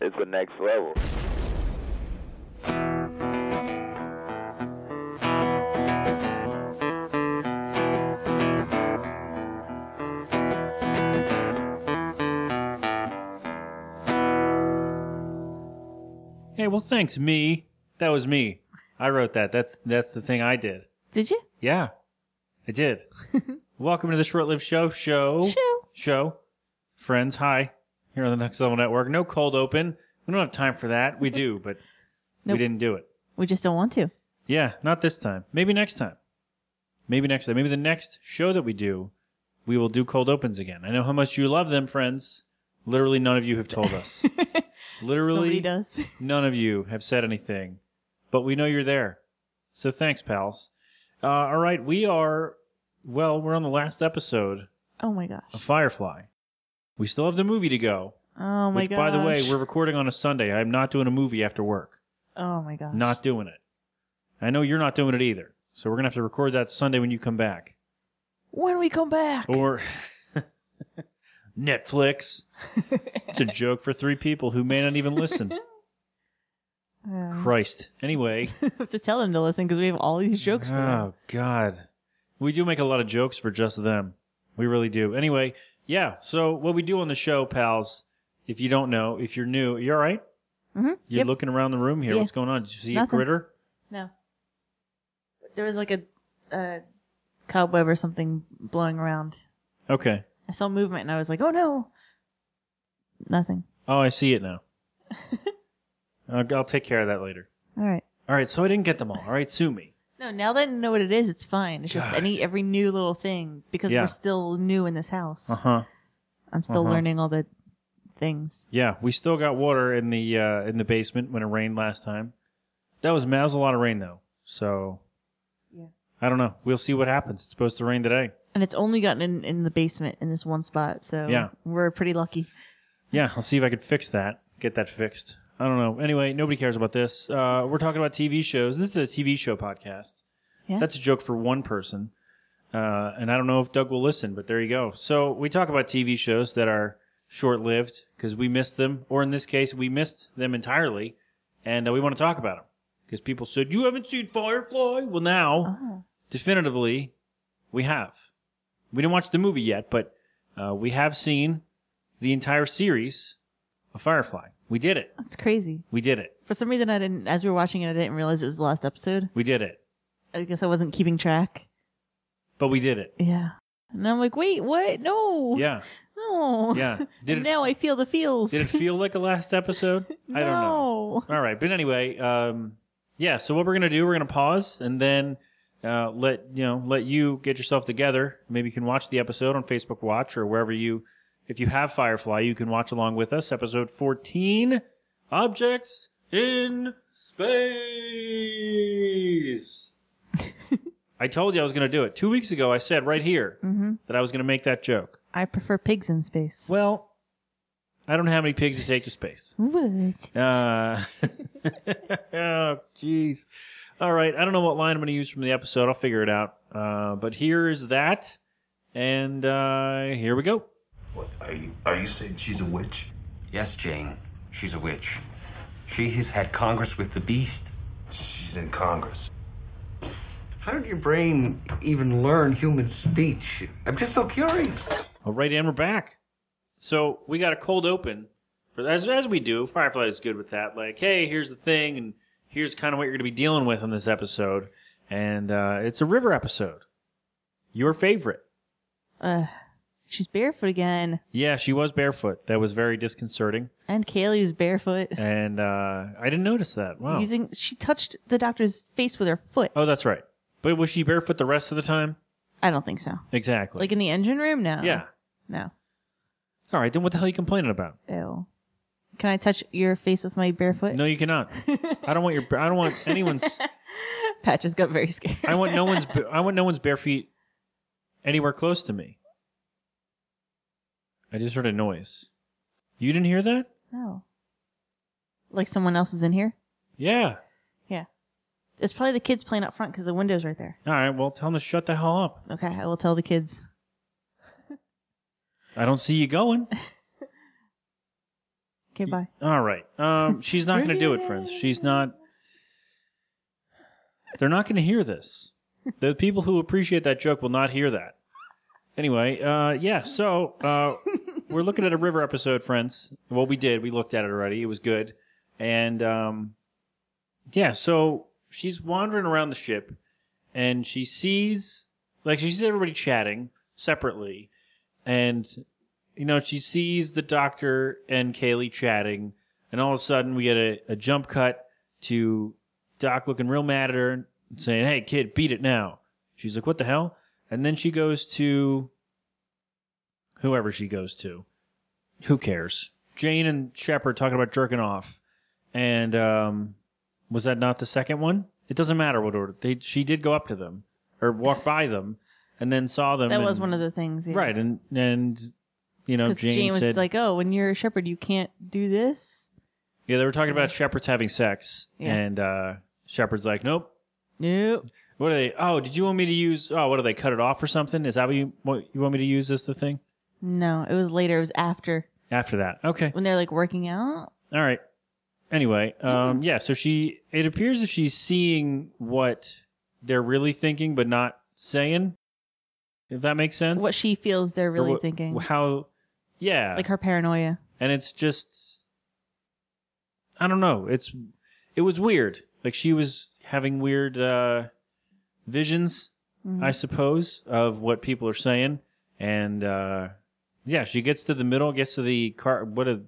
It's the next level. Hey, well, thanks, me. That was me. I wrote that. That's that's the thing I did. Did you? Yeah, I did. Welcome to the short-lived show. Show. Show. Show. Friends, hi. Here on the Next Level Network. No cold open. We don't have time for that. We do, but we Nope. didn't do it. We just don't want to. Yeah, not this time. Maybe next time. Maybe next time. Maybe the next show that we do, we will do cold opens again. I know how much you love them, friends. Literally, none of you have told us. Somebody Literally, does. none of you have said anything, but we know you're there. So thanks, pals. Uh, all right, we are. Well, we're on the last episode oh my gosh. of Firefly. We still have the movie to go. Oh my which, gosh. by the way, we're recording on a Sunday. I'm not doing a movie after work. Oh my gosh. Not doing it. I know you're not doing it either. So we're gonna have to record that Sunday when you come back, When we come back. or Netflix. it's a joke for three people who may not even listen. Uh, Christ. Anyway. have to tell them to listen because we have all these jokes for them. Oh God, we do make a lot of jokes for just them. We really do. Anyway, yeah. So what we do on the show, pals, if you don't know, if you're new, you all right? Mhm. You're Yep. looking around the room here. Yeah. What's going on? Did you see Nothing. a critter? No. There was like a, a cobweb or something blowing around. Okay. I saw movement and I was like, oh no. Nothing. Oh, I see it now. I'll, I'll take care of that later. All right. All right. So I didn't get them all. All right, sue me. No, now that I know what it is, it's fine. It's just any every new little thing because Yeah. we're still new in this house. Uh huh. I'm still uh-huh. learning all the things. Yeah, we still got water in the uh, in the basement when it rained last time. That was that was a lot of rain though. So Yeah. I don't know. We'll see what happens. It's supposed to rain today. And it's only gotten in, in the basement in this one spot, so Yeah. we're pretty lucky. Yeah, I'll see if I can fix that. Get that fixed. I don't know. Anyway, nobody cares about this. Uh, we're talking about TV shows. This is a TV show podcast. Yeah. That's a joke for one person. Uh, and I don't know if Doug will listen, but there you go. So we talk about TV shows that are short lived because we missed them, or in this case, we missed them entirely. And uh, we want to talk about them because people said, You haven't seen Firefly? Well, now, Oh. definitively, we have. We didn't watch the movie yet, but uh, we have seen the entire series of Firefly. We did it. That's crazy. We did it. For some reason I didn't as we were watching it, I didn't realize it was the last episode. We did it. I guess I wasn't keeping track. But we did it. Yeah. And I'm like, wait, what? No. Yeah. No. Yeah. Did it, now I feel the feels. did it feel like a last episode? I don't know. No. All right. But anyway, um, yeah. So what we're going to do, we're going to pause and then uh, let, you know, let you get yourself together. Maybe you can watch the episode on Facebook Watch or wherever you, if you have Firefly, you can watch along with us. Episode 14, Objects in Space. I told you I was going to do it. Two weeks ago, I said right here that I was going to make that joke. I prefer pigs in space. Well, I don't know how many pigs to take to space. What? Uh, oh, jeez. All right. I don't know what line I'm going to use from the episode. I'll figure it out. Uh, but here is that. And uh, here we go. What are you? Are you saying she's a witch? Yes, Jane. She's a witch. She has had Congress with the beast. She's in Congress. How did your brain even learn human speech? I'm just so curious. All right. And we're back. So we got a cold open. But as, as we do, Firefly is good with that. Like, hey, here's the thing, and here's kind of what you're going to be dealing with on this episode. And uh, it's a river episode. Your favorite. Uh, she's barefoot again. Yeah, she was barefoot. That was very disconcerting. And Kaylee was barefoot. And uh, I didn't notice that. Wow. Using she touched the doctor's face with her foot. Oh, that's right. But was she barefoot the rest of the time? I don't think so. Exactly. Like in the engine room? No. yeah. No. All right, then what the hell are you complaining about? Ew. Can I touch your face with my bare foot? No, you cannot. I don't want your. I don't want anyone's. Pat just got very scared. I want no one's. I want no one's bare feet anywhere close to me. I just heard a noise. You didn't hear that? No. Oh. Like someone else is in here? Yeah. Yeah. It's probably the kids playing up front because the window's right there. All right. Well, tell them to shut the hell up. Okay, I will tell the kids. I don't see you going. Okay, bye. All right. Um, she's not going to do it, friends. She's not. They're not going to hear this. The people who appreciate that joke will not hear that. Anyway, uh, yeah. So uh, we're looking at a river episode, friends. Well, we did. We looked at it already. It was good, and um, yeah. So she's wandering around the ship, and she sees like she sees everybody chatting separately, and you know, she sees the doctor and Kaylee chatting, and all of a sudden we get a, a jump cut to Doc looking real mad at her and saying, Hey, kid, beat it now. She's like, What the hell? And then she goes to whoever she goes to. Who cares? Jane and Shepard talking about jerking off. And um, was that not the second one? It doesn't matter what order. They, she did go up to them or walk by them and then saw them. That and- was one of the things. Yeah. Right, and and you know, Because Jane, Jane was said, like, "Oh, when you're a shepherd, you can't do this." yeah, they were talking about shepherds having sex, Yeah. and uh, shepherd's like, nope. Nope. What are they? Oh, did you want me to use? Oh, what do they cut it off or something? Is that what you what you want me to use as the thing No, it was later. It was after after that? Okay, when they're like working out. all right. Anyway, Mm-hmm. um, yeah. So she, it appears that she's seeing what they're really thinking, but not saying. If that makes sense, What she feels they're Or really what- thinking, How? Yeah, like her paranoia. and it's just i don't know it's it was weird like she was having weird uh visions i suppose of what people are saying and uh yeah she gets to the middle gets to the car what a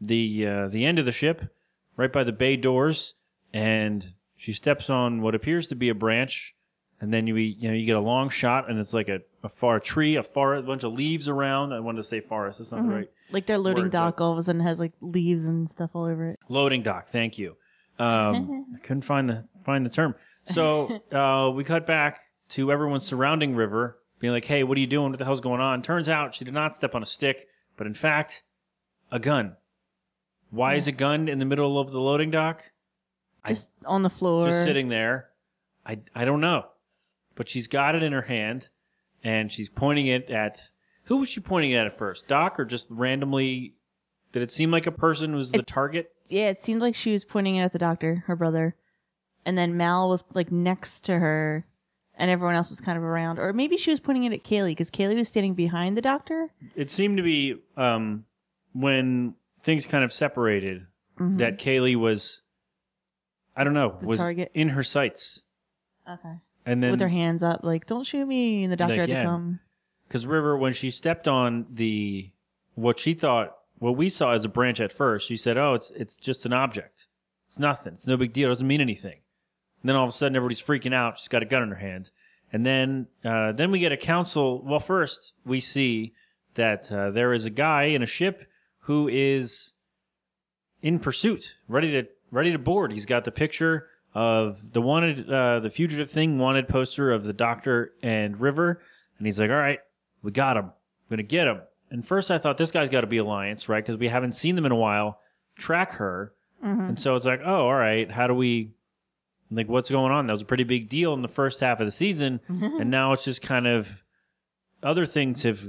the uh the end of the ship right by the bay doors and she steps on what appears to be a branch and then you you know you get a long shot and it's like a, a far tree a far a bunch of leaves around i wanted to say forest that's not the right Like their loading Word, dock all of a sudden has like leaves and stuff all over it. Loading dock. Thank you. Um, I couldn't find the find the term. So uh, we cut back to everyone surrounding River, being like, "Hey, what are you doing? What the hell's going on?" Turns out she did not step on a stick, but in fact, a gun. Why is a gun in the middle of the loading dock? I- Just on the floor. Just sitting there. I I don't know, but she's got it in her hand, and she's pointing it at. Who was she pointing it at at first? Doc or just randomly? Did it seem like a person was the target? Yeah, it seemed like she was pointing it at the doctor, her brother. And then Mal was like next to her and everyone else was kind of around. Or maybe she was pointing it at Kaylee because Kaylee was standing behind the doctor. it seemed to be um, when things kind of separated that Kaylee was, I don't know, Mm-hmm. The was target. in her sights, Okay. and then With her hands up, like, don't shoot me. And the doctor Like, had yeah. to come. because River, when she stepped on the what she thought, what we saw as a branch at first, she said, "Oh, it's it's just an object. It's nothing. It's no big deal. It doesn't mean anything." And then all of a sudden, everybody's freaking out. She's got a gun in her hand, and then uh, then we get a council. Well, first we see that uh, there is a guy in a ship who is in pursuit, ready to ready to board. He's got the picture of the wanted, uh, the fugitive thing wanted poster of the doctor and River, and he's like, "All right, we got him. I'm gonna get him." And first, I thought this guy's got to be Alliance, right? Because we haven't seen them in a while. Track her, and so it's like, "Oh, all right, how do we?" Like, what's going on? That was a pretty big deal in the first half of the season, and now it's just kind of other things have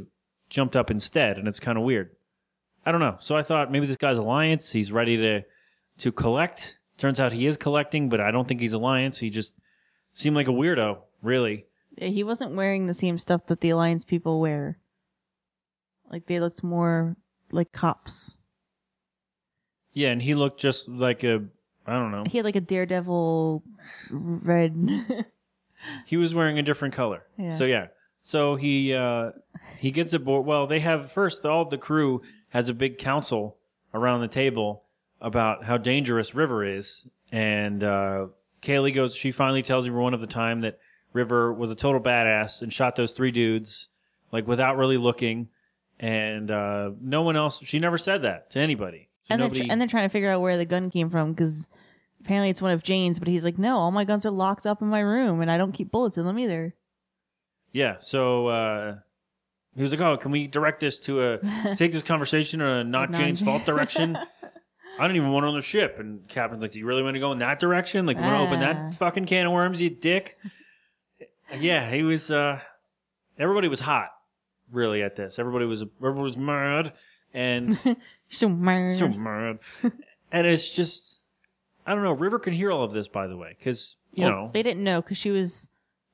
jumped up instead, and it's kind of weird. I don't know. So I thought maybe this guy's alliance. He's ready to to collect. Turns out he is collecting, but I don't think he's alliance. He just seemed like a weirdo, really. Yeah, he wasn't wearing the same stuff that the Alliance people wear. Like, they looked more like cops. Yeah, and he looked just like a I don't know. He had like a daredevil red. He was wearing a different color. Yeah. So yeah. So he uh he gets aboard well, they have first all the crew has a big council around the table about how dangerous River is and uh Kaylee goes she finally tells everyone of the time that River was a total badass and shot those three dudes like without really looking and uh no one else she never said that to anybody. So and nobody- they're, tr- and they're trying to figure out where the gun came from because apparently it's one of Jane's, but he's like, no, all my guns are locked up in my room, and I don't keep bullets in them either. Yeah. So uh, he was like, "Oh, can we direct this to a take this conversation in a not Not- Jane's fault direction?" I don't even want on the ship. And Captain's like, "Do you really want to go in that direction? Like, you want to open Ah. that fucking can of worms, you dick?" yeah, he was. Uh, everybody was hot, really, at this. Everybody was everybody was mad, and Schumer. so mad. and it's just, I don't know. River can hear all of this, by the way, because you Well, know, they didn't know because she was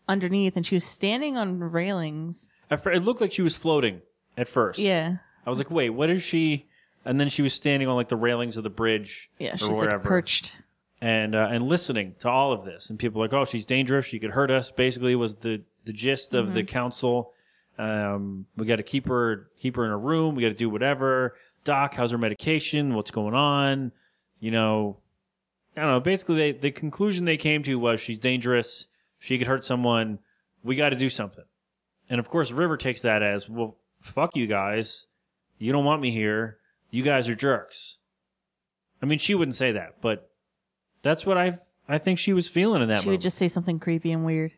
underneath and she was standing on railings. at fir- it looked like she was floating at first. Yeah. I was like, wait, what is she? And then she was standing on like the railings of the bridge, Yeah, or she's wherever, like perched. and uh, and listening to all of this. And people were like, oh, she's dangerous. She could hurt us. Basically, was the the gist of Mm-hmm. the council. Um, we got to keep her keep her in a room. We got to do whatever. Doc, how's her medication? What's going on? You know, I don't know. Basically, they, the conclusion they came to was she's dangerous. She could hurt someone. We got to do something. And of course, River takes that as well. Fuck you guys. You don't want me here. You guys are jerks. I mean, she wouldn't say that, but that's what I I think she was feeling in that She would moment. just say something creepy and weird.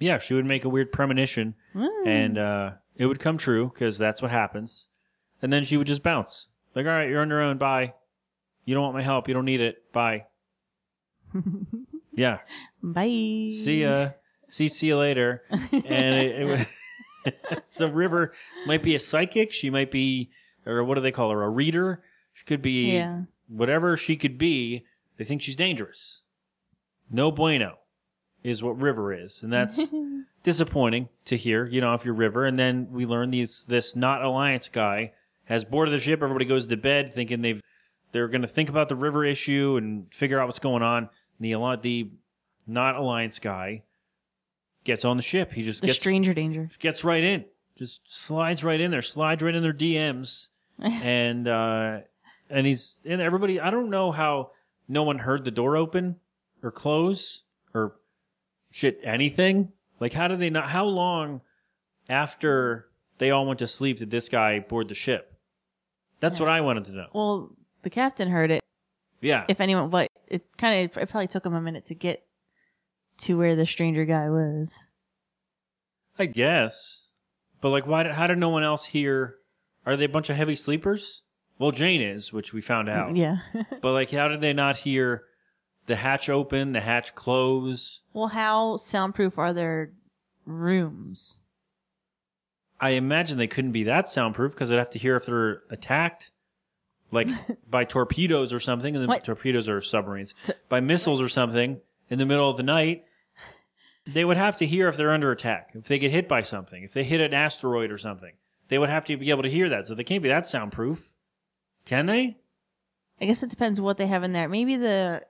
yeah, she would make a weird premonition, Mm. and uh, it would come true because that's what happens. And then she would just bounce, like, "All right, you're on your own. Bye. You don't want my help. You don't need it. Bye." yeah, Bye. see ya see see you later and it, it was- so river might be a psychic she might be or what do they call her a reader she could be Yeah. whatever she could be they think she's dangerous no bueno is what river is and that's disappointing to hear you know if you're river and then we learn these this not alliance guy has boarded the ship everybody goes to bed thinking they've they're going to think about the river issue and figure out what's going on and the alli- the not alliance guy gets on the ship he just The gets stranger danger. gets right in just slides right in there slides right in their dms and uh and he's and everybody i don't know how no one heard the door open or close or shit anything like how did they not how long after they all went to sleep did this guy board the ship that's what i wanted to know Well, the captain heard it. yeah If anyone, but it kind of, it probably took him a minute to get to where the stranger guy was. i guess but like why did, how did no one else hear are they a bunch of heavy sleepers well jane is which we found out Yeah. But like, how did they not hear the hatch open, the hatch close? well, how soundproof are their rooms? I imagine they couldn't be that soundproof because I'd have to hear if they're attacked, like by torpedoes or something. And then What? torpedoes are submarines by missiles or something in the middle of the night. They would have to hear if they're under attack, if they get hit by something, if they hit an asteroid or something. They would have to be able to hear that. So they can't be that soundproof, can they? I guess it depends what they have in there. Maybe the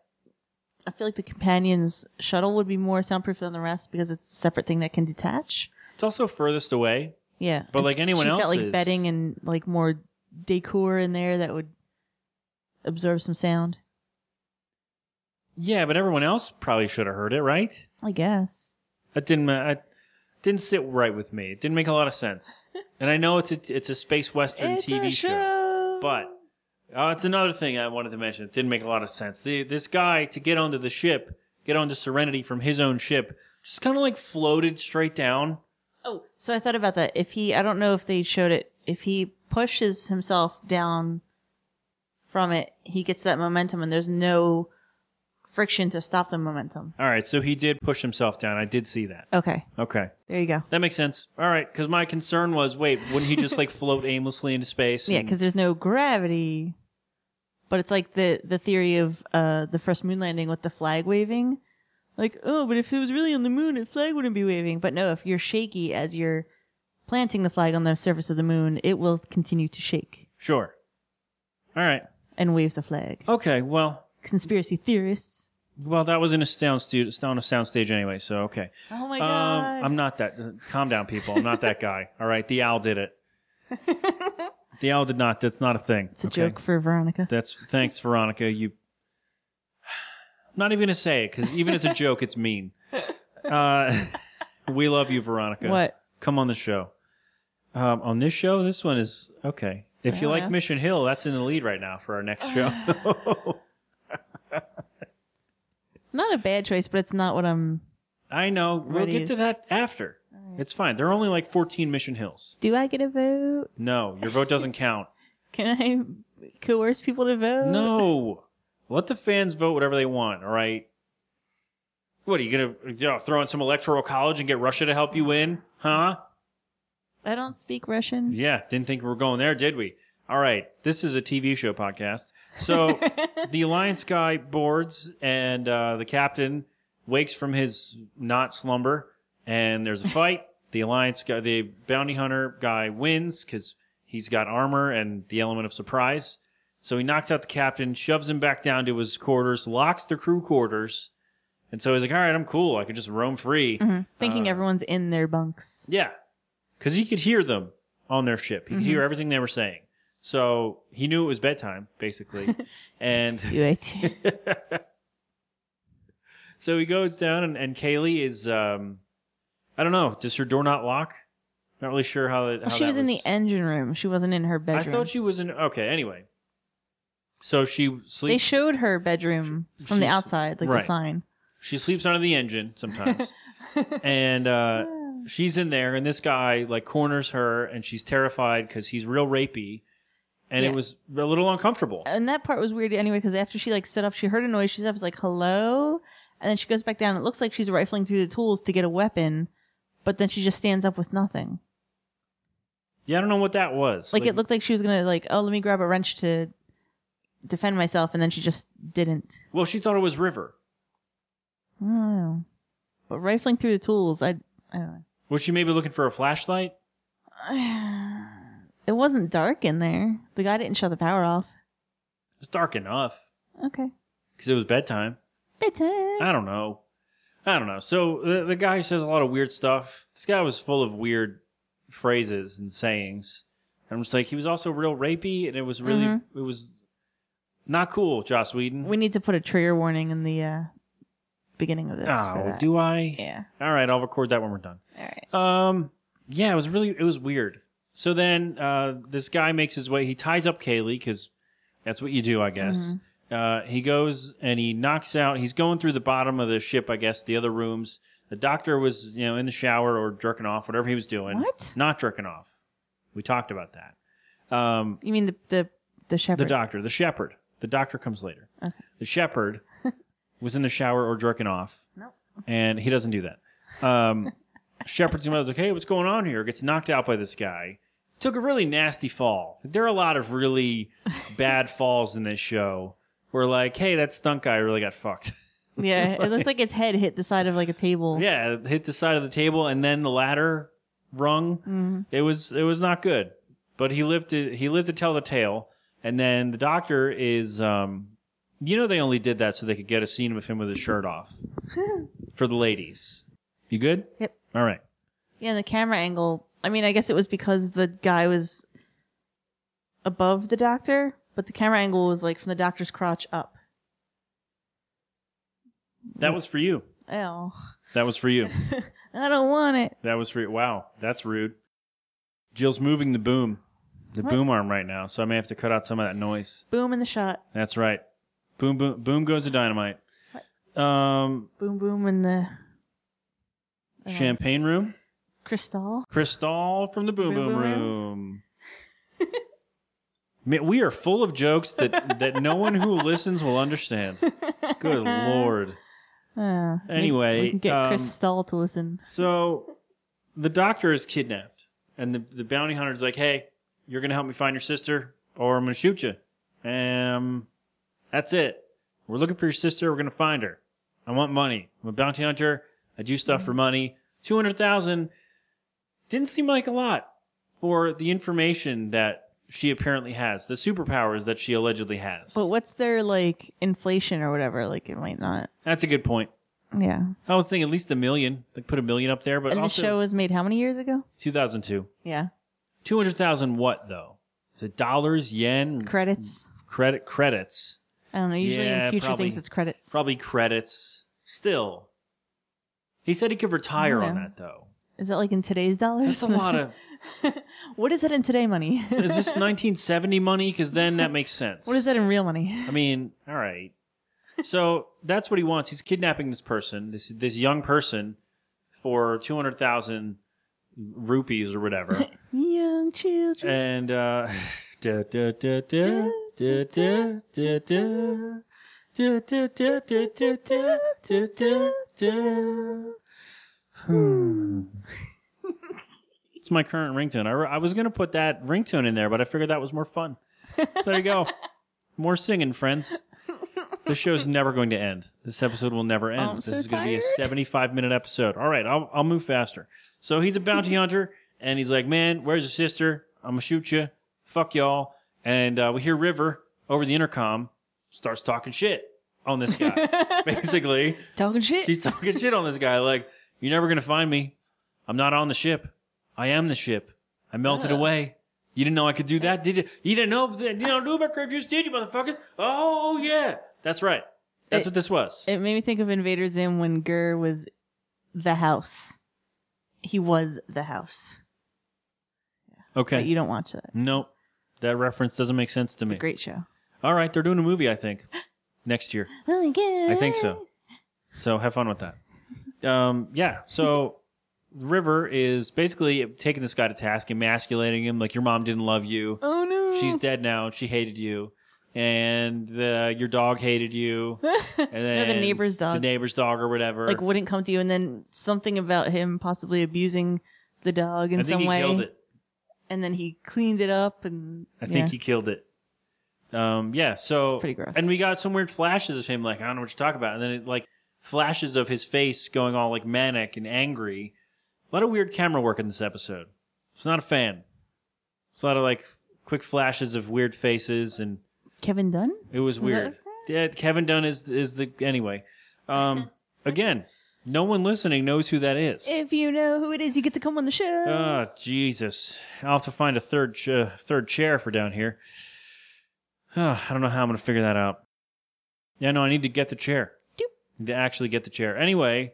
I feel like the companion's shuttle would be more soundproof than the rest because it's a separate thing that can detach. It's also furthest away. Yeah. But, And like, anyone she's got else's- like bedding and like more decor in there that would absorb some sound. Yeah, but everyone else probably should have heard it, right? I guess. That didn't ma- I, didn't sit right with me. It didn't make a lot of sense. and I know it's a, it's a space western It's a TV show, but uh, it's another thing I wanted to mention. It didn't make a lot of sense. The, this guy to get onto the ship, get onto Serenity from his own ship, just kind of like floated straight down. Oh, so I thought about that. If he, I don't know if they showed it. If he pushes himself down from it, he gets that momentum, and there's no friction to stop the momentum. All right, so he did push himself down. I did see that. Okay, Okay. there you go. That makes sense. All right, cuz my concern was, wait, wouldn't he just like float aimlessly into space? Yeah, and- because there's no gravity. But it's like the the theory of uh, the first moon landing with the flag waving. Like, oh, but if it was really on the moon, the flag wouldn't be waving. But no, if you're shaky as you're planting the flag on the surface of the moon, it will continue to shake sure. All right. and wave the flag. Okay, well, Conspiracy theorists. well, that was in a sound stu- on a soundstage anyway, so okay. Oh my Um, god! I'm not that. Calm down, people. I'm not that guy. All right, the owl did it. the owl did not. That's not a thing. it's a joke for Veronica. That's thanks, Veronica. You. I'm not even gonna say it because even as a joke, it's mean. Uh, we love you, Veronica. What? Come on the show. Um, on this show, this one is okay. If you don't like know. Mission Hill, that's in the lead right now for our next show. Not a bad choice, but it's not what I'm. I know. We'll Ready. get to that after. It's fine. There are only like 14 Mission Hills. Do I get a vote? No, your vote doesn't count. Can I coerce people to vote? No. Let the fans vote whatever they want, all right? What, are you going to throw in some electoral college and get Russia to help you win? Huh? I don't speak Russian. Yeah, didn't think we were going there, did we? All right, this is a TV show podcast. So the Alliance guy boards, and uh, the captain wakes from his not slumber, and there's a fight. the Alliance guy, the bounty hunter guy, wins because he's got armor and the element of surprise. So he knocks out the captain, shoves him back down to his quarters, locks the crew quarters, and so he's like, "All right, I'm cool. I can just roam free." Thinking uh, everyone's in their bunks. Yeah. Because he could hear them on their ship. He could Mm-hmm. hear everything they were saying. So he knew it was bedtime, basically. and You ate. so he goes down, and, and Kaylee is, um, I don't know, does her door not lock? Not really sure how that. Well, how she that was in the engine room. She wasn't in her I bedroom. thought she was in. Okay, anyway. So she they sleeps. showed her bedroom from the she's- outside, like right. the sign. she sleeps under the engine sometimes and uh, she's in there and this guy like corners her and she's terrified because he's real rapey and Yeah. it was a little uncomfortable And that part was weird anyway, because after she like stood up, she heard a noise. She's up, was like, hello? And then she goes back down. It looks like she's rifling through the tools to get a weapon, but then she just stands up with nothing. yeah i don't know what that was Like, it looked like she was gonna like, oh, let me grab a wrench to defend myself, and then she just didn't. well she thought it was river I don't know. But rifling through the tools, I, I don't know. was she maybe looking for a flashlight It wasn't dark in there. The guy didn't shut the power off. it was dark enough Okay. because it was bedtime Bedtime. i don't know i don't know so the, the guy says a lot of weird stuff this guy was full of weird phrases and sayings and i'm just like he was also real rapey and it was really it was not cool joss whedon Mm-hmm. We need to put a trigger warning in the uh, beginning of this. for Oh, that. do I? Yeah. All right, I'll record that when we're done. All right. Um, yeah, it was really it was weird. So then uh, this guy makes his way. He ties up Kaylee because that's what you do, I guess. Uh, he goes and he knocks out. He's going through the bottom of the ship, I guess, the other rooms. The doctor was, you know, in the shower or jerking off, whatever he was doing. What? Not jerking off. We talked about that. Um, You mean the the the the shepherd? doctor, the shepherd. The doctor comes later. The shepherd was in the shower or jerking off. Nope. And he doesn't do that. Um, shepherd's mother's like, hey, what's going on here? Gets knocked out by this guy. Took a really nasty fall. There are a lot of really bad falls in this show. Where like, hey, that stunt guy really got fucked. yeah. It looked like its head hit the side of like a table. yeah, it hit the side of the table and then the ladder rung. It was it was not good. But he lived to he lived to tell the tale. And then the doctor is um you know they only did that so they could get a scene of him with his shirt off for the ladies. You good? Yep. All right. Yeah. The camera angle. I mean, I guess it was because the guy was above the doctor, but the camera angle was like from the doctor's crotch up. That was for you. Oh, That was for you. I don't want it. That was for you. Wow, that's rude. Jill's moving the boom, the boom arm right now, so I may have to cut out some of that noise. Boom in the shot. That's right. Boom boom boom goes the dynamite. Um Boom, boom in the Uh-huh. Champagne room. crystal. Crystal from the Boom Boom Boom, Boom Room. Room. Man, we are full of jokes that, that no one who listens will understand. Good lord. Uh, we- Anyway, we can get um, crystal to listen. So the doctor is kidnapped, and the, the bounty hunter's like, hey, you're going to help me find your sister, or I'm going to shoot you. Um, that's it. We're looking for your sister. We're going to find her. I want money. I'm a bounty hunter. I do stuff for money. 200,000 didn't seem like a lot for the information that she apparently has, the superpowers that she allegedly has. But what's their like inflation or whatever? Like it might not. That's a good point. Yeah. I was thinking at least a million. Like put a million up there, but and also the show was made how many years ago? 2002. Yeah. 200,000 what though? The dollars, yen, Credits. credit credits. I don't know. Usually Yeah, in future probably. things it's credits. Probably credits still. He said he could retire on Yeah. that though. Is that like in today's dollars? That's a lot of what is that in today money? Is this 1970 money cuz then that makes sense. what is that in real money? I mean, all right. So that's what he wants. He's kidnapping this person, this this young person, for two hundred thousand rupees or whatever. Young children. and uh, da, da, da, da, da, da, da, da. Da, da, da, da, da, da, da, da, da. Hmm. it's It's my current ringtone. I, re- I was going to put that ringtone in there, but I figured that was more fun. So there you go. More singing, friends. This show's never going to end. This episode will never end. I'm this so is going to be a tired. 75 minute episode. All right, I'll, I'll move faster. So he's a bounty hunter, and he's like, Man, where's your sister? I'm going to shoot you. Fuck y'all. And uh, we hear River over the intercom starts talking shit on this guy. Basically, Talking shit. she's talking shit on this guy. Like, you're never going to find me. I'm not on the ship. I am the ship. I melted away. You didn't know I could do that, did you? You didn't know, you didn't know about grape juice, did you, motherfuckers? Oh, yeah. That's right. That's what this was. It made me think of Invader Zim when Gurr was the house. He was the house. But you Okay. don't watch that. Nope. That reference doesn't make sense to me. Great show. All right. They're doing a movie, I think, next year. Oh my god. I think so. So have fun with that. Um, yeah. So River is basically taking this guy to task, emasculating him. Like your mom didn't love you. Oh no. She's dead now. and She hated you, and uh, your dog hated you. And then the neighbor's the dog. neighbor's dog, or whatever. like wouldn't come to you, and then something about him possibly abusing the dog I in think some he way, killed it. and then he cleaned it up, and I think yeah. he killed it. Um, yeah. So It's pretty gross. And we got some weird flashes of him. Like I don't know what you're talking about. And then it like flashes of his face going all like manic and angry. A lot of weird camera work in this episode. It's not a fan. It's a lot of like quick flashes of weird faces, and Kevin Dunn. it was that weird. his name? Yeah, Kevin Dunn is is the anyway. Um, again, no one listening knows who that is. If you know who it is, you get to come on the show. Oh, Jesus. I'll have to find a third ch- uh, third chair for down here. Ah, I don't know how I'm going to figure that out. Yeah, no, I need to get the chair. Need to actually get the chair. Anyway,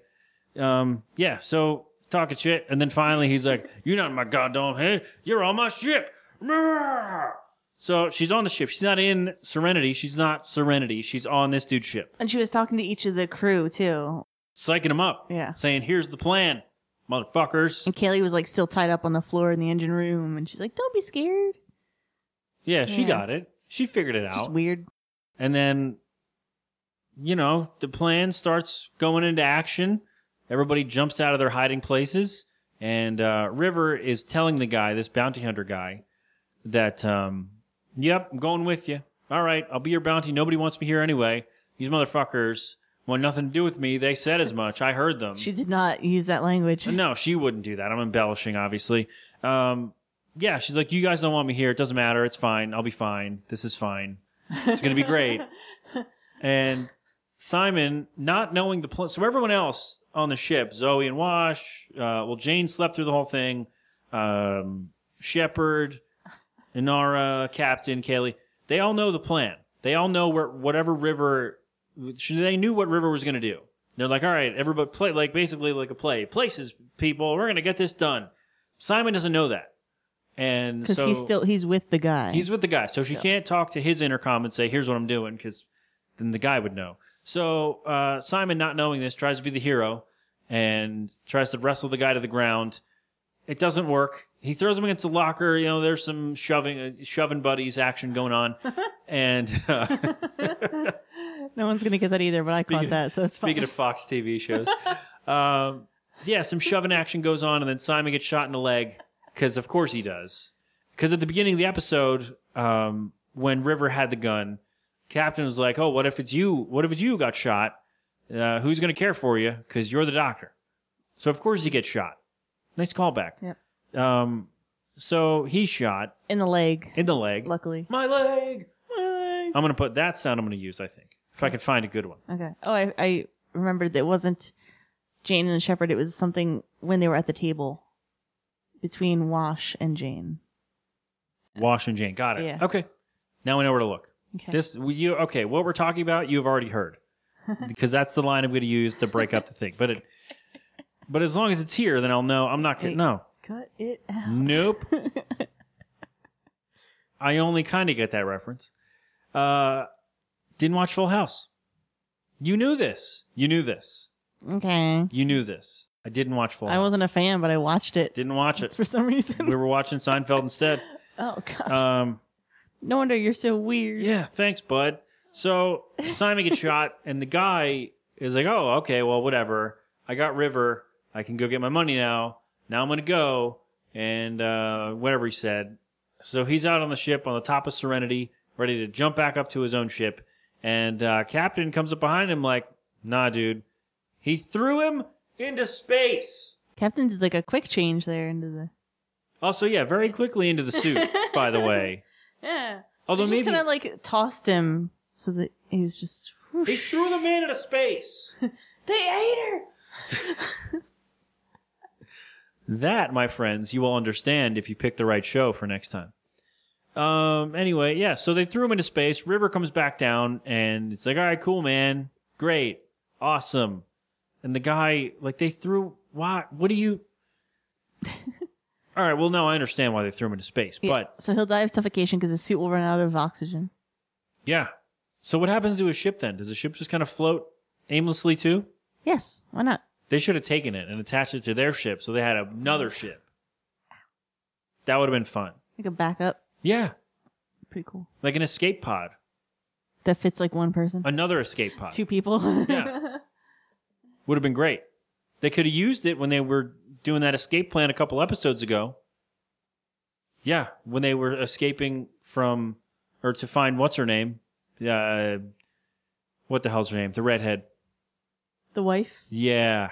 um, yeah, so talking shit. And then finally he's like, You're not in my goddamn head. You're on my ship. Roar! So she's on the ship. She's not in Serenity. She's not Serenity. She's on this dude's ship and she was talking to each of the crew too, psyching him up. Yeah. Saying, here's the plan, motherfuckers. and Kaylee was like still tied up on the floor in the engine room, and she's like, "Don't be scared." Yeah, she Yeah. got it. She figured it Just out. weird. And then, you know, the plan starts going into action. Everybody jumps out of their hiding places. And uh, River is telling the guy, this bounty hunter guy, that, um, yep, I'm going with you. All right, I'll be your bounty. Nobody wants me here anyway. These motherfuckers want nothing to do with me. They said as much. I heard them. She did not use that language. No, she wouldn't do that. I'm embellishing, obviously. Um, yeah, she's like, you guys don't want me here. It doesn't matter. It's fine. I'll be fine. This is fine. It's going to be great. and Simon, not knowing the plan, so everyone else on the ship, Zoe and Wash, uh, well, Jane slept through the whole thing, um, Shepard, Inara, Captain, Kaylee, they all know the plan. They all know where whatever river they knew what River was going to do. They're like, all right, everybody play, like basically like a play. Places, people, we're going to get this done. Simon doesn't know that. And because so he's still he's with the guy. he's with the guy. So she can't talk to his intercom and say, here's what I'm doing because then the guy would know. So uh, Simon, not knowing this, tries to be the hero and tries to wrestle the guy to the ground. It doesn't work. He throws him against the locker. You know, there's some shoving, uh, shoving buddies action going on. and uh, no one's gonna get that either, but I caught Speaking- that, so it's fine. Speaking of Fox TV shows, um, yeah, some shoving action goes on, and then Simon gets shot in the leg because, of course, he does. Because at the beginning of the episode, um, when River had the gun, Captain was like, "Oh, what if it's you? What if it's you who got shot? Uh, who's going to care for you? Because you're the doctor." So of course he gets shot. Nice callback. Um, so he's shot in the leg, in the leg. luckily. My leg. I'm going to put that sound. I'm going to use. I think if I can find a good one. Okay. Oh, I, I remembered that it wasn't Jane and the Shepherd. It was something when they were at the table between Wash and Jane. Wash and Jane. Got it. Yeah. Okay. Now we know where to look. Okay. This we- you okay? What we're talking about, you've already heard, because that's the line I'm going to use to break up the thing. But it, but as long as it's here, then I'll know. I'm not kidding. Wait. No. Cut it out. Nope. I only kind of get that reference. Uh, didn't watch Full House. You knew this. You knew this. Okay. You knew this. I didn't watch Full House. I wasn't a fan, but I watched it Didn't watch it. for some we reason. were watching Seinfeld instead. oh God! Um. no wonder you're so weird. Yeah, thanks, bud. So Simon gets shot, and the guy is like, "Oh, okay, well, whatever. I got River. I can go get my money now. Now I'm gonna go." and uh, whatever he said. So he's out on the ship on the top of Serenity, ready to jump back up to his own ship. And uh, Captain comes up behind him like, nah, dude. He threw him into space. Captain did like a quick change there into the Also, yeah, very quickly into the suit, by the way. yeah. Although They just maybe kind of like tossed him so that he was just. whoosh. he threw the man into space. They ate her. That, my friends, you will understand if you pick the right show for next time. Um, anyway, yeah, so they threw him into space. River comes back down and it's like, all right, cool, man. Great. Awesome. And the guy, like, they threw, why? What do you. all right, well, no, I understand why they threw him into space, Yeah, but so he'll die of suffocation because his suit will run out of oxygen. yeah. So what happens to his ship then? Does the ship just kind of float aimlessly too? Yes, why not? They should have taken it and attached it to their ship so they had another ship. That would have been fun. Like a backup, Yeah. pretty cool. like an escape pod, That fits like one person, another escape pod. two people. Yeah. Would have been great. They could have used it when they were doing that escape plan a couple episodes ago. Yeah, when they were escaping from, or to find what's her name, uh, what the hell's her name? The redhead. the wife, Yeah,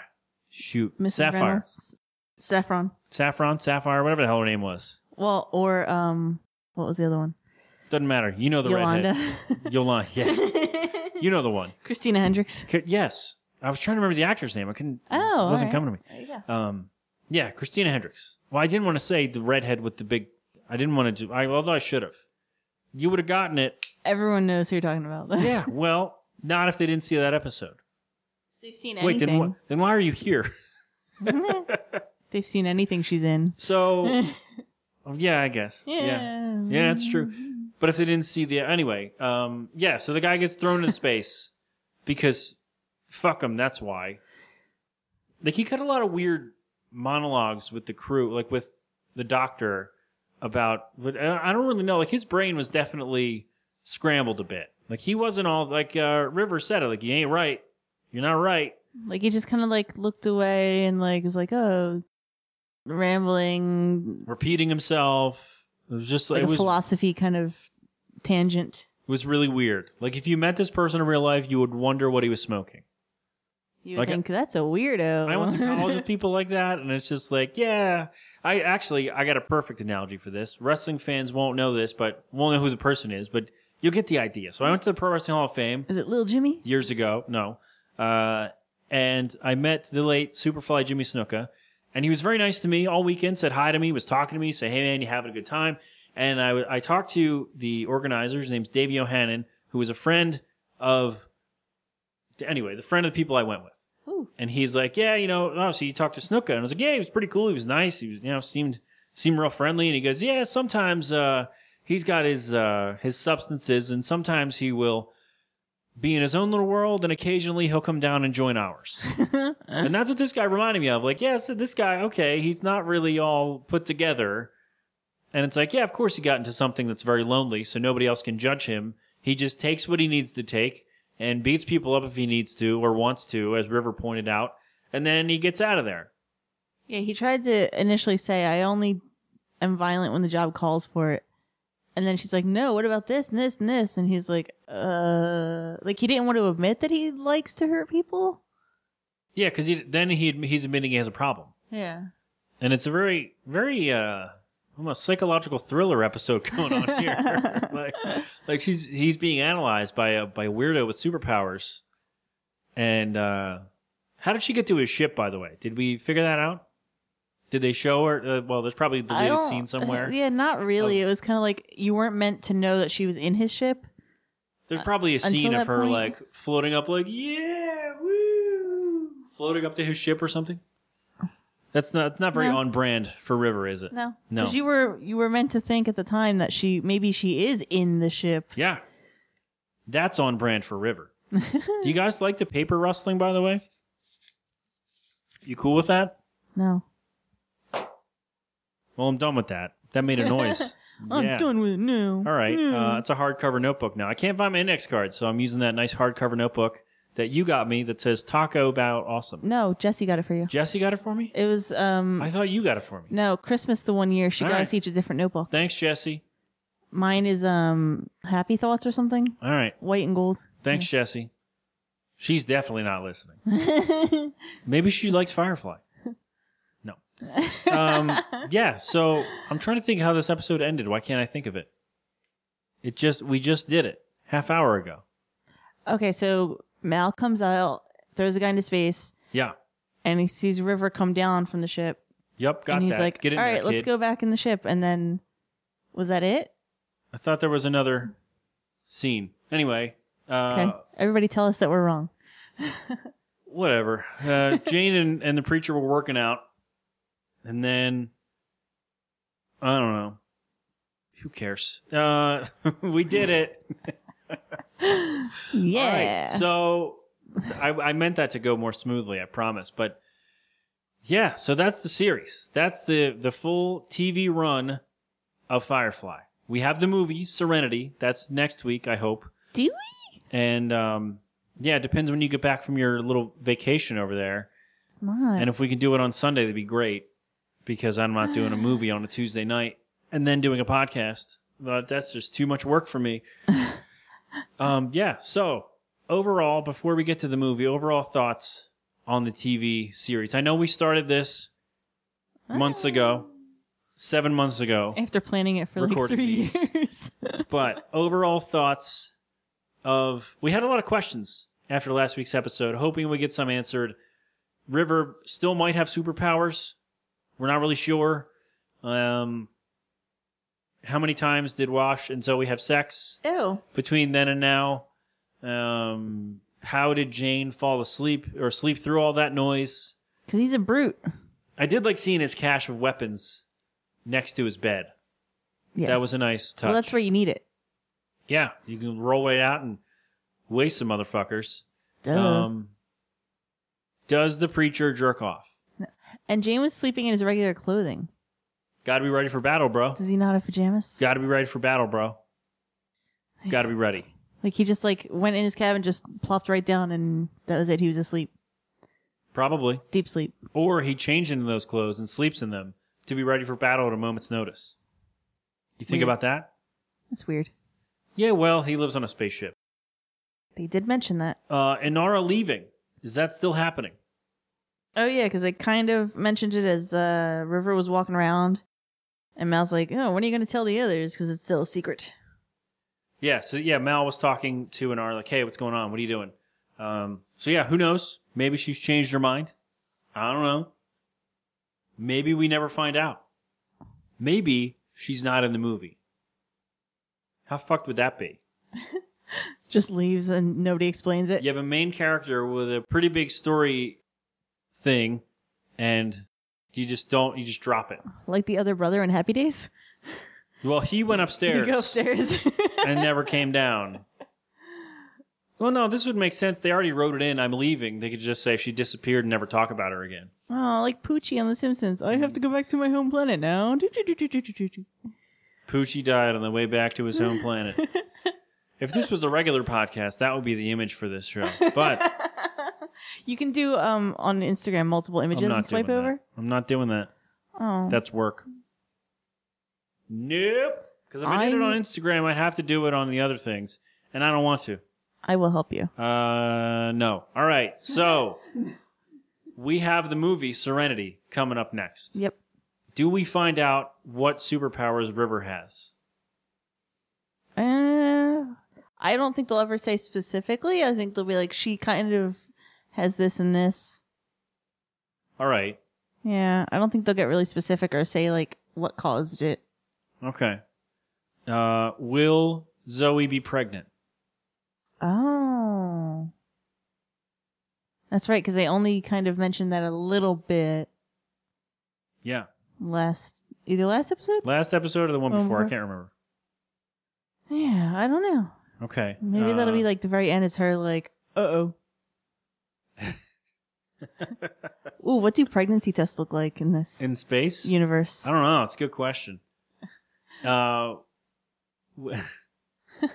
shoot, Mrs. Sapphire, Reynolds, Saffron. Saffron, Sapphire, whatever the hell her name was. Well, or um, what was the other one? Doesn't matter. You know the Yolanda, redhead, Yolanda. Yeah, you know the one. Christina Hendricks. C- Yes, I was trying to remember the actor's name. I couldn't. Oh, all it wasn't right. coming to me. There you go. Um, yeah, Christina Hendricks. Well, I didn't want to say the redhead with the big. I didn't want to do. I, although I should have. You would have gotten it. Everyone knows who you're talking about. Yeah. Well, not if they didn't see that episode. They've seen Wait, then wh- anything. then why are you here? They've seen anything she's in. So, oh, yeah, I guess. yeah. Yeah. Yeah, that's true. But if they didn't see the anyway, um, yeah. So the guy gets thrown into space because fuck him. That's why. Like he cut a lot of weird monologues with the crew, like with the doctor about. But uh, I I don't really know. Like his brain was definitely scrambled a bit. Like he wasn't all like uh, River said it. Like you ain't right. You're not right. Like he just kind of like looked away and like was like, oh, rambling, Repeating himself. It was just like it a was philosophy kind of tangent. it was really weird. Like if you met this person in real life, you would wonder what he was smoking. You Like, would think that's a weirdo. I went to college with people like that, and it's just like, yeah. I actually I got a perfect analogy for this. Wrestling fans won't know this, but won't know who the person is, but you'll get the idea. So I went to the Pro Wrestling Hall of Fame Is it Little Jimmy? years ago. No, uh, and I met the late Superfly Jimmy Snuka, and he was very nice to me all weekend. Said hi to me, was talking to me, said, "Hey man, you having a good time?" And I w- I talked to the organizer. His name's Dave Yohannan, who was a friend of anyway the friend of the people I went with. Ooh. And he's like, "Yeah, you know, oh, so you talked to Snuka?" And I was like, "Yeah, he was pretty cool. He was nice. He was you know seemed seemed real friendly." And he goes, "Yeah, sometimes." uh He's got his uh, his substances, and sometimes he will be in his own little world, and occasionally he'll come down and join ours. and that's what this guy reminded me of. Like, yeah, so this guy, okay, he's not really all put together. And it's like, yeah, of course he got into something that's very lonely, so nobody else can judge him. He just takes what he needs to take and beats people up if he needs to or wants to, as River pointed out, and then he gets out of there. Yeah, he tried to initially say, I only am violent when the job calls for it. And then she's like, no, what about this and this and this? And he's like, uh, like he didn't want to admit that he likes to hurt people. Yeah, because he, then he he's admitting he has a problem, Yeah. and it's a very very uh almost psychological thriller episode going on here. like like she's he's being analyzed by a by a weirdo with superpowers. And uh how did she get to his ship by the way? Did we figure that out? Did they show her uh, well there's probably a I deleted don't- scene somewhere. Yeah, not really. Oh. It was kind of like you weren't meant to know that she was in his ship. There's probably a Until scene of that her point- like floating up like yeah, woo floating up to his ship or something. That's not it's not very No. on brand for River, is it? No, No. 'Cause you were you were meant to think at the time that she maybe she is in the ship. Yeah. That's on brand for River. Do you guys like the paper rustling, by the way? You cool with that? No, Well, I'm done with that. That made a noise. I'm Yeah. done Hmm. with it. No, All right. Uh, it's a hardcover notebook now. I can't find my index card, so I'm using that nice hardcover notebook that you got me that says Taco About Awesome. No, Jesse got it for you. Jesse got it for me? It was um I thought you got it for me. no Christmas the one year she All got right. us each a different notebook. Thanks, Jesse. Mine is um Happy Thoughts or something, All right. white and gold. Thanks, Jesse. She's definitely not listening. Maybe she likes Firefly. No. Um, yeah. So I'm trying to think how this episode ended. Why can't I think of it? It just we just did it half hour ago. Okay, so Mal comes out, throws a guy into space, Yeah. and he sees River come down from the ship, Yep. Got and he's that. like, Get in "All there, right, let's kid." go back in the ship." And then was that it? I thought there was another scene. Anyway. Uh, Okay, everybody tell us that we're wrong. whatever. Uh, Jane and, and the preacher were working out, and then I don't know. Who cares? Uh, we did it. All right, Yeah. so I, I meant that to go more smoothly, I promise. But yeah, so that's the series. That's the the full TV run of Firefly. We have the movie Serenity. That's next week, I hope. Do we? And um, yeah, it depends when you get back from your little vacation over there. It's not. And if we can do it on Sunday, that'd be great because I'm not doing a movie on a Tuesday night and then doing a podcast. But that's just too much work for me. um, yeah. So overall, before we get to the movie, overall thoughts on the TV series. I know we started this months ago, seven months ago, After planning it for like Recorded three these. years. but overall thoughts of we had a lot of questions after last week's episode, hoping we get some answered. River still might have superpowers. We're not really sure. Um, how many times did Wash and Zoe have sex Ew. between then and now? Um, how did Jane fall asleep or sleep through all that noise? Because he's a brute. I did like seeing his cache of weapons next to his bed. Yeah. That was a nice touch. well, that's where you need it. Yeah, you can roll it out and waste some motherfuckers. Duh. Um, does the preacher jerk off? and Jane was sleeping in his regular clothing. Got to be ready for battle, bro. Does he not have pajamas? Got to be ready for battle, bro. Got to be ready. Like he just like went in his cabin, just plopped right down, and that was it. He was asleep, Probably. deep sleep. Or he changed into those clothes and sleeps in them to be ready for battle at a moment's notice. You think Weird. about that? That's weird. Yeah, well, he lives on a spaceship. They did mention that. Uh, Inara leaving. Is that still happening? Oh yeah, because they kind of mentioned it as uh, River was walking around, and Mal's like, "Oh, when are you going to tell the others? Because it's still a secret." Yeah. So yeah, Mal was talking to Anar like, "Hey, what's going on? What are you doing?" Um, so yeah, who knows? Maybe she's changed her mind. I don't know. Maybe we never find out. Maybe she's not in the movie. How fucked would that be? Just leaves and nobody explains it. You have a main character with a pretty big story thing, and you just don't. You just drop it. Like the other brother in Happy Days, Well, he went upstairs. you go upstairs. and never came down. Well, no, this would make sense. They already wrote it in. I'm leaving. They could just say she disappeared and never talk about her again. oh, like Poochie on The Simpsons. I have to go back to my home planet now. Doo-doo-doo-doo-doo-doo-doo. Poochie died on the way back to his home planet. if this was a regular podcast, that would be the image for this show. But You can do um on Instagram multiple images I'm and not swipe doing over. that. I'm not doing that. Oh, That's work. Nope. Because if I did it I'm- on Instagram, I'd have to do it on the other things, and I don't want to. I will help you. Uh, no. All right. So we have the movie Serenity coming up next. Yep. do we find out what superpowers River has? Uh, I don't think they'll ever say specifically. I think they'll be like, she kind of has this and this. All right. Yeah, I don't think they'll get really specific or say like what caused it. Okay. Uh, will Zoe be pregnant? Oh, that's right, because they only kind of mentioned that a little bit Yeah. last either last episode. Last episode or the one Um, before? I her- can't remember. Yeah, I don't know. Okay. Maybe that'll Uh. be like the very end is her like, uh oh. Ooh, what do pregnancy tests look like in this in space. universe? I don't know. It's a good question. Uh, w-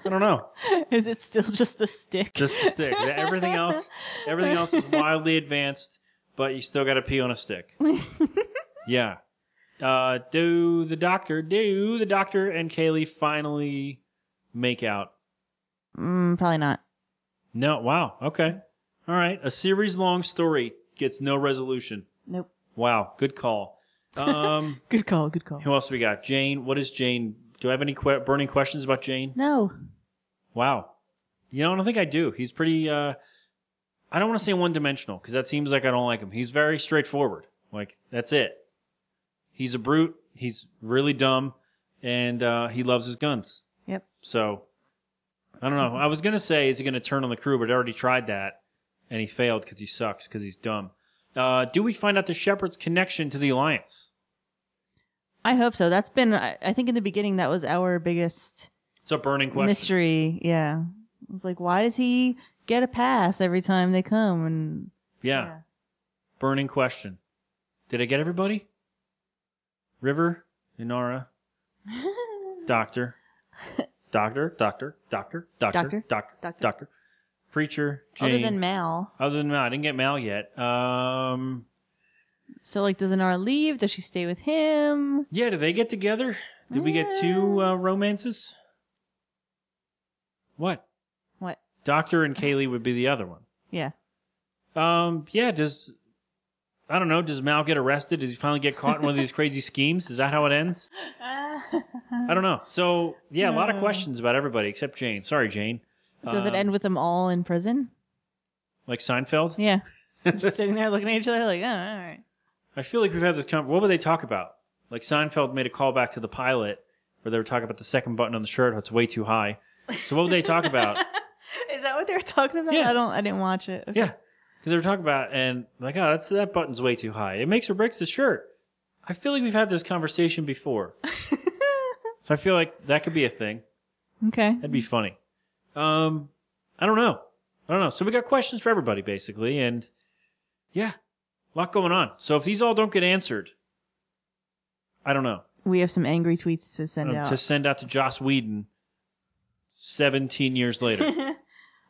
I don't know. Is it still just the stick? Just the stick. Everything else, everything else is wildly advanced, but you still got to pee on a stick. yeah. Uh, do the doctor, do the doctor and Kaylee finally make out? mm, probably not. No. Wow. Okay. All right. A series long story gets no resolution. Nope. Wow. Good call. Um, Good call. Good call. who else we got? Jane. What is Jane? Do I have any que- burning questions about Jane? No. Wow. You know, I don't think I do. He's pretty, uh, I don't want to say one dimensional because that seems like I don't like him. He's very straightforward. Like, that's it. He's a brute. He's really dumb and, uh, he loves his guns. Yep. So I don't know. I was going to say, is he going to turn on the crew? But I already tried that and he failed because he sucks because he's dumb. Uh, do we find out the Shepherd's connection to the Alliance? I hope so. That's been. I, I think in the beginning that was our biggest It's a burning question. mystery. Yeah. It was like, why does he get a pass every time they come? And yeah. Burning question. Did I get everybody? River, Inara, Doctor, Doctor, Doctor, Doctor, Doctor, Doctor, Doctor, Doctor. Doctor, Preacher, Jane. other than Mal. Other than Mal, I didn't get Mal yet. Um, So like, does Anara leave? Does she stay with him? yeah, did they get together? Did we get two uh, romances? What? What? Doctor and Kaylee would be the other one. Yeah. Um, yeah, does I don't know, does Mal get arrested? Does he finally get caught in one of these crazy schemes? Is that how it ends? I don't know. So yeah, a lot of questions about everybody except Jane. Sorry, Jane. Does it Um, end with them all in prison? Like Seinfeld? Yeah. Just sitting there looking at each other like, oh, all right. I feel like we've had this con What would they talk about? Like Seinfeld made a callback to the pilot where they were talking about the second button on the shirt, how it's way too high. So what would they talk about? Is that what they were talking about? Yeah. I don't. I didn't watch it. Okay. Yeah, because they were talking about and like, oh, that's that button's way too high. It makes or breaks the shirt. I feel like we've had this conversation before, so I feel like that could be a thing. Okay. That'd be funny. Um, I don't know. I don't know. So we got questions for everybody basically, and yeah, a lot going on. So if these all don't get answered, I don't know. We have some angry tweets to send Um, out. to send out to Joss Whedon, seventeen years later.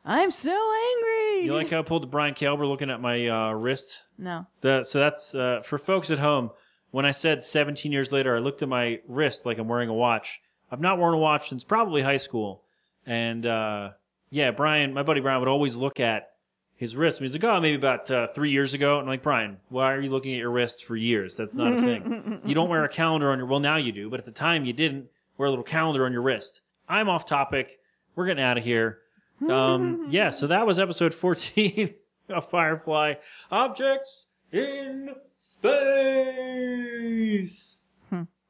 I'm so angry. you like how I pulled the Brian Calber looking at my uh, wrist no. The, so that's uh, for folks at home. When I said 17 years later, I looked at my wrist like I'm wearing a watch. I've not worn a watch since probably high school. And uh, yeah, Brian, my buddy Brian would always look at his wrist. And he's like, oh, maybe about uh, three years ago. And I'm like, Brian, why are you looking at your wrist for years? That's not a thing. you don't wear a calendar on your, well, now you do, but at the time you didn't wear a little calendar on your wrist. I'm off topic. We're getting out of here. Um, yeah, so that was episode 14 of Firefly Objects in Space.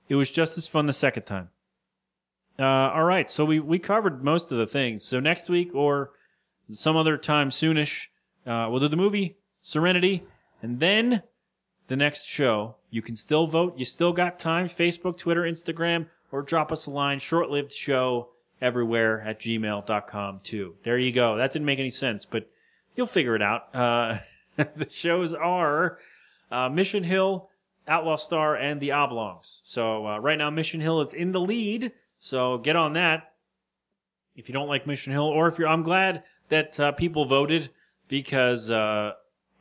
It was just as fun the second time. Uh, all right, so we, we covered most of the things. So next week or some other time soonish, uh, we'll do the movie Serenity, and then the next show. You can still vote. You still got time. Facebook, Twitter, Instagram, or drop us a line. Short lived show everywhere at gmail.com too. There you go. That didn't make any sense, but you'll figure it out. Uh, the shows are uh, Mission Hill, Outlaw Star, and The Oblongs. So uh, right now, Mission Hill is in the lead. So get on that. If you don't like Mission Hill, or if you're, I'm glad that uh, people voted because uh,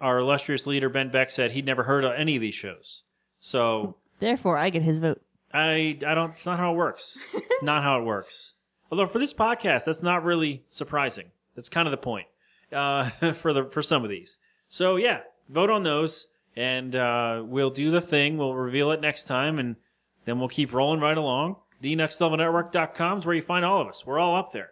our illustrious leader Ben Beck said he'd never heard of any of these shows. So Therefore, I get his vote. I I don't. It's not how it works. It's not how it works. Although for this podcast, that's not really surprising. That's kind of the point uh, for the for some of these. So yeah, vote on those, and uh, we'll do the thing. We'll reveal it next time, and then we'll keep rolling right along. TheNextLevelNetwork.com is where you find all of us. We're all up there.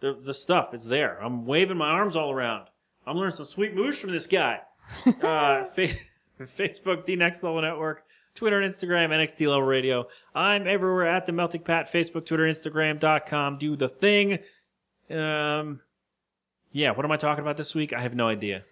The the stuff is there. I'm waving my arms all around. I'm learning some sweet moves from this guy uh, fa- Facebook, The Next Level Network, Twitter and Instagram, NXT Level Radio. I'm everywhere at the Melting Pat, Facebook, Twitter, Instagram.com. Do the thing. Um, yeah, what am I talking about this week? I have no idea.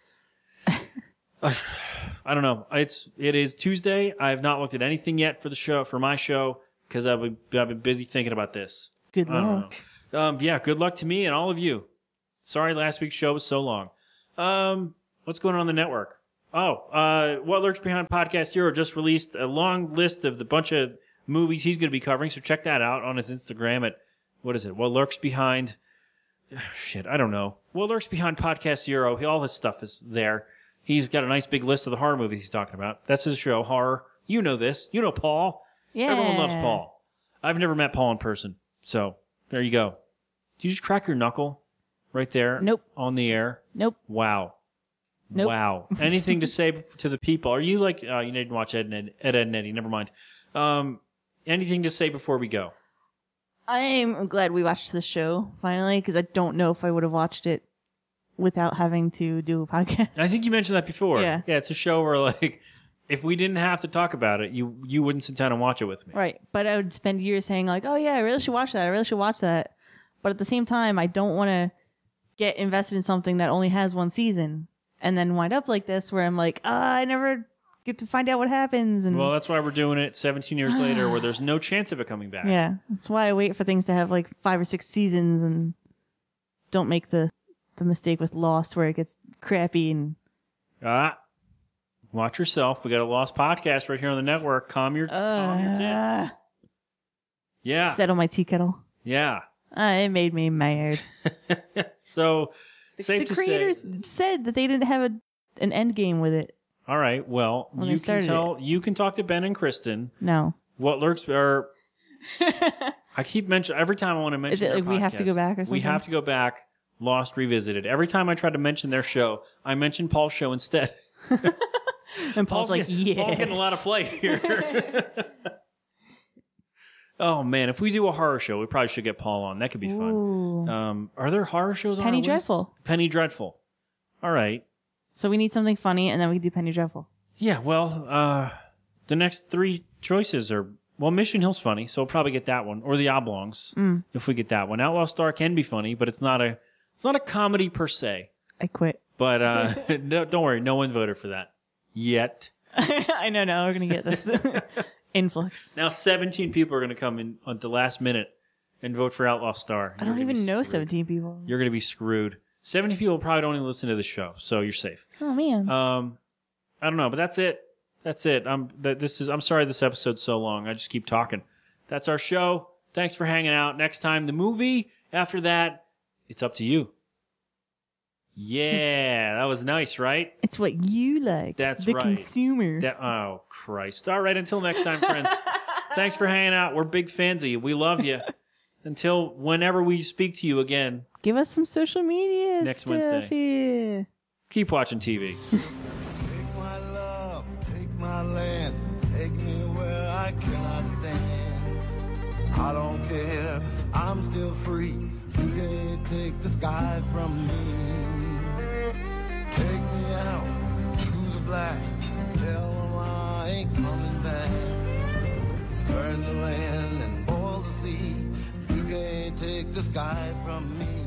I don't know. It's it is Tuesday. I have not looked at anything yet for the show for my show because I've been, I've been busy thinking about this. Good I don't luck. know. Um, yeah, good luck to me and all of you. Sorry last week's show was so long. Um, what's going on, on the network? Oh, uh, What Lurks Behind Podcast Hero just released a long list of the bunch of movies he's going to be covering, so check that out on his Instagram at what is it? What lurks behind? Shit, I don't know. What lurks behind Podcast Zero? He- All his stuff is there. He's got a nice big list of the horror movies he's talking about. That's his show, horror. You know this. You know Paul. Yeah. Everyone loves Paul. I've never met Paul in person, so there you go. Did you just crack your knuckle right there? Nope. On the air. Nope. Wow. Nope. Wow. Anything to say to the people? Are you like uh, you didn't watch Ed and Ed, Ed, Ed and Eddie? Never mind. Um, anything to say before we go? I'm glad we watched this show finally because I don't know if I would have watched it without having to do a podcast. I think you mentioned that before. Yeah. Yeah. It's a show where like if we didn't have to talk about it, you you wouldn't sit down and watch it with me. Right. But I would spend years saying like, "Oh yeah, I really should watch that. I really should watch that." But at the same time, I don't want to get invested in something that only has one season and then wind up like this where I'm like, "Ah, I never get to find out what happens." And Well, that's why we're doing it 17 years later, where there's no chance of it coming back. yeah, that's why I wait for things to have like 5 or 6 seasons and don't make the the mistake with Lost where it gets crappy and Ah, watch yourself. We got a lost podcast right here on the network. Calm your, calm your uh, tits. Yeah, settle my tea kettle. yeah. Uh, it made me mad. So safe the to creators say. said that they didn't have a, an end game with it. All right. Well, When they you can started tell. You can talk to Ben and Kristen. No. What lurks or I keep mentioning every time I want to mention. Is it their like we have to podcast, go back or We something? have to go back. Lost revisited. Every time I tried to mention their show, I mentioned Paul's show instead. And Paul's, like, getting, yeah. Paul's getting a lot of play here. oh man, if we do a horror show, we probably should get Paul on. That could be fun. Um, are there horror shows on Penny our list? Dreadful. Penny Dreadful. All right. So we need something funny, and then we can do Penny Dreadful. Yeah, well, uh, the next three choices are well, Mission Hill's funny, so we'll probably get that one, or the Oblongs Mm. if we get that one. Outlaw Star can be funny, but it's not a it's not a comedy per se. I quit. But uh, no, don't worry, no one voted for that yet. I know now we're gonna get this influx. Now, seventeen people are going to come in at the last minute and vote for Outlaw Star. I don't even know seventeen people. You're going to be screwed. Seventy people probably don't even listen to the show, so you're safe. Oh man. Um, I don't know, but that's it. That's it. I'm that this is. I'm sorry this episode's so long. I just keep talking. That's our show. Thanks for hanging out. Next time, the movie. After that, it's up to you. Yeah, that was nice, right? it's what you like. That's the right. consumer. That, oh Christ! All right, until next time, friends. Thanks for hanging out. We're big fans of you. We love you. Until whenever we speak to you again, Give us some social media Next stuff Wednesday. here. keep watching TV. Take my love, take my land, take me where I cannot stand. I don't care, I'm still free. You can't take the sky from me. Take me out to the black, tell 'em I ain't coming back. Burn the land and boil the sea. You can't take the sky from me.